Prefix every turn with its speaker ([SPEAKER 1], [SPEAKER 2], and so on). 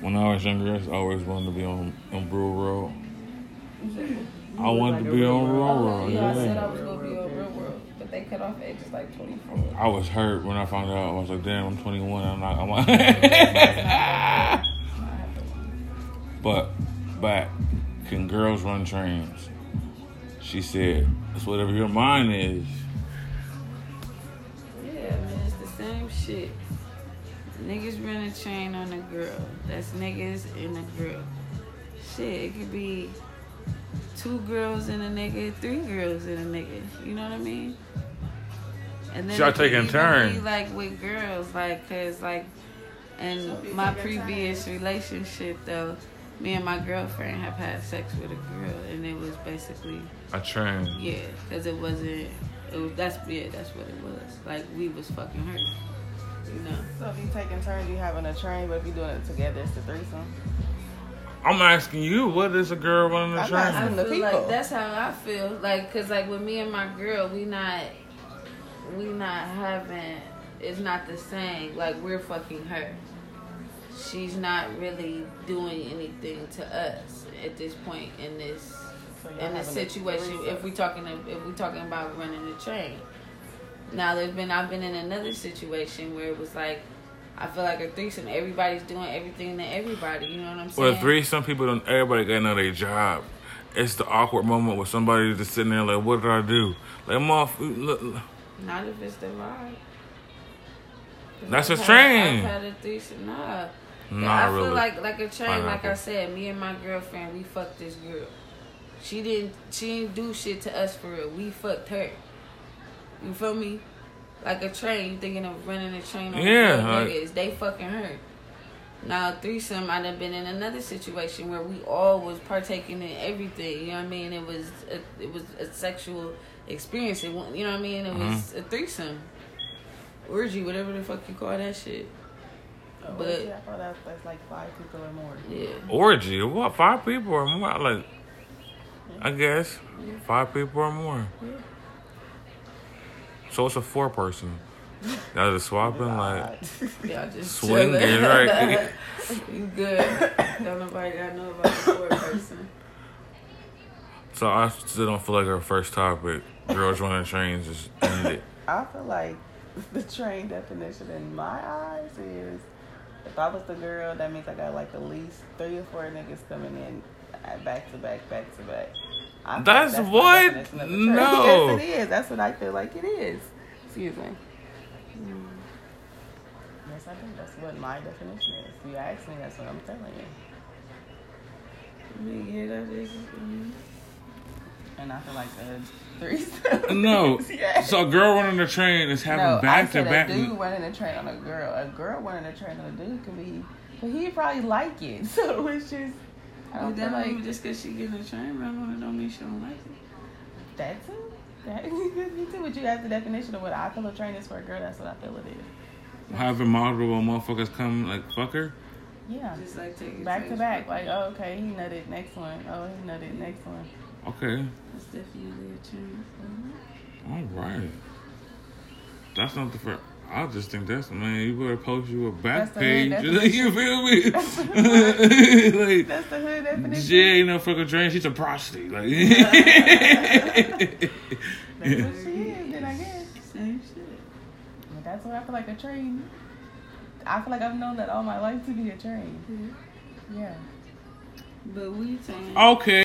[SPEAKER 1] When I was younger, I always wanted to be on on Brew Road. I wanted to be on
[SPEAKER 2] Oh,
[SPEAKER 1] Railroad.
[SPEAKER 2] yeah, I said I
[SPEAKER 1] Yeah.
[SPEAKER 2] was gonna be on real world, but they cut off at just like 24.
[SPEAKER 1] I was hurt when I found out. I was like, damn, I'm 21. I'm not. I'm not. but back, can girls run trains? She said, it's whatever your mind is.
[SPEAKER 3] Yeah, man, it's the same shit. Niggas run a chain on a girl. That's niggas and a girl. Shit, it could be two girls and a nigga, three girls and a nigga. You know what I mean? And
[SPEAKER 4] Y'all
[SPEAKER 3] it could
[SPEAKER 4] taking
[SPEAKER 3] even
[SPEAKER 4] turn.
[SPEAKER 3] Be like with girls, like cause like,
[SPEAKER 2] Some
[SPEAKER 3] and
[SPEAKER 2] people
[SPEAKER 3] my
[SPEAKER 2] taking
[SPEAKER 3] previous
[SPEAKER 2] turns.
[SPEAKER 3] relationship though, me and my girlfriend have had sex with a girl, and it was basically
[SPEAKER 4] A train.
[SPEAKER 3] yeah, because it wasn't. It was that's yeah, that's what it was. Like we was fucking hurt. You know.
[SPEAKER 5] So if you taking turns, you having a train, but if you doing it together, it's the threesome.
[SPEAKER 4] I'm asking you, what is a girl running a
[SPEAKER 5] I'm not
[SPEAKER 4] train?
[SPEAKER 5] asking-
[SPEAKER 3] I
[SPEAKER 5] And the
[SPEAKER 3] feel like
[SPEAKER 5] people.
[SPEAKER 3] that's how I feel. Like, cause like with me and my girl, we not, we not having. It's not the same. Like we're fucking her. She's not really doing anything to us at this point in this
[SPEAKER 5] So y'all
[SPEAKER 3] in this
[SPEAKER 5] having a
[SPEAKER 3] situation.
[SPEAKER 5] threesome.
[SPEAKER 3] If we talking if we talking about running the train. Now there's been I've been in another situation where it was like. I feel like a threesome. Everybody's doing everything to everybody. You know what I'm saying?
[SPEAKER 4] Well, three, some people don't, everybody got another job. It's the awkward moment where somebody's just sitting there like, what did I do? Like, motherf- look, look.
[SPEAKER 3] Not if it's the vibe.
[SPEAKER 4] That's a
[SPEAKER 3] I've had-
[SPEAKER 4] train.
[SPEAKER 3] I've had a threesome. Nah.
[SPEAKER 4] Not
[SPEAKER 3] I
[SPEAKER 4] really.
[SPEAKER 3] feel like like a train. Like I
[SPEAKER 4] Pineapple.
[SPEAKER 3] said, me and my girlfriend, we fucked this girl. She didn't. She didn't do shit to us for real. We fucked her. You feel me? Like a train. You thinking of running a train on
[SPEAKER 4] Yeah,
[SPEAKER 3] yeah,
[SPEAKER 4] like-
[SPEAKER 3] niggas? They fucking her. Now threesome, I'd have been in another situation where we all was partaking in everything. You know what I mean? It was a, it was a sexual experience. It, wa- you know what I mean? It was a threesome, orgy, whatever the fuck you call that shit.
[SPEAKER 5] Oh,
[SPEAKER 3] But-
[SPEAKER 5] yeah, I thought that, that's like five people or more.
[SPEAKER 3] Yeah.
[SPEAKER 4] orgy. What? Five people or more? Like, I guess five people or more. So it's a four person. Y'all just swapping like
[SPEAKER 3] Y'all just
[SPEAKER 4] swinging,
[SPEAKER 3] chilling.
[SPEAKER 4] right?
[SPEAKER 3] you good. Don't nobody gotta know about the four person.
[SPEAKER 4] So I still don't feel like our first topic, girls running trains, just ended.
[SPEAKER 5] I feel like the train definition in my eyes is if I was the girl, that means I got like at least three or four niggas coming in uh, back to back, back to back. I feel
[SPEAKER 4] That's
[SPEAKER 5] the
[SPEAKER 4] what?
[SPEAKER 5] definition of the train.
[SPEAKER 4] No.
[SPEAKER 5] yes, it is. That's what I feel like it is. Excuse me. Hmm. Yes, I think that's what my definition is. You asked me, that's what I'm telling you.
[SPEAKER 3] You hear that, nigga? Mhm.
[SPEAKER 5] And I feel like the threesome.
[SPEAKER 1] No.
[SPEAKER 5] yes.
[SPEAKER 1] So a girl running the train is having
[SPEAKER 5] No,
[SPEAKER 1] back
[SPEAKER 5] I
[SPEAKER 1] to
[SPEAKER 5] said
[SPEAKER 1] back.
[SPEAKER 5] a dude running a train on a girl. A girl running a train on a dude can be, but he probably like it. So it's just, I
[SPEAKER 3] But
[SPEAKER 5] don't feel
[SPEAKER 3] Oh, that don't
[SPEAKER 5] like
[SPEAKER 3] mean just cause she getting a train run on it don't mean she don't like it.
[SPEAKER 5] that's it. That, you see what you have the definition of what I feel a train is for a girl. That's what I feel it is.
[SPEAKER 1] Having multiple motherfuckers come like fuck her.
[SPEAKER 5] Yeah,
[SPEAKER 3] Just like take it
[SPEAKER 5] back
[SPEAKER 3] take
[SPEAKER 5] to
[SPEAKER 3] it.
[SPEAKER 5] back. Like, oh, okay, he nutted next one. Oh, he nutted next one.
[SPEAKER 1] Okay.
[SPEAKER 3] It's definitely a train.
[SPEAKER 1] All right. That's not the first. I just think that's man. You better post you a
[SPEAKER 5] That's
[SPEAKER 1] back
[SPEAKER 5] the
[SPEAKER 1] page.
[SPEAKER 5] hood
[SPEAKER 1] you feel me? like
[SPEAKER 5] That's the hood definition.
[SPEAKER 1] she ain't no fucking train. She's a prostitute. Like
[SPEAKER 5] That's what she is. Then I guess.
[SPEAKER 3] Same shit.
[SPEAKER 5] But That's what I feel like a train. I feel like I've known that all my life to be a train. Yeah.
[SPEAKER 3] But we saying
[SPEAKER 1] okay.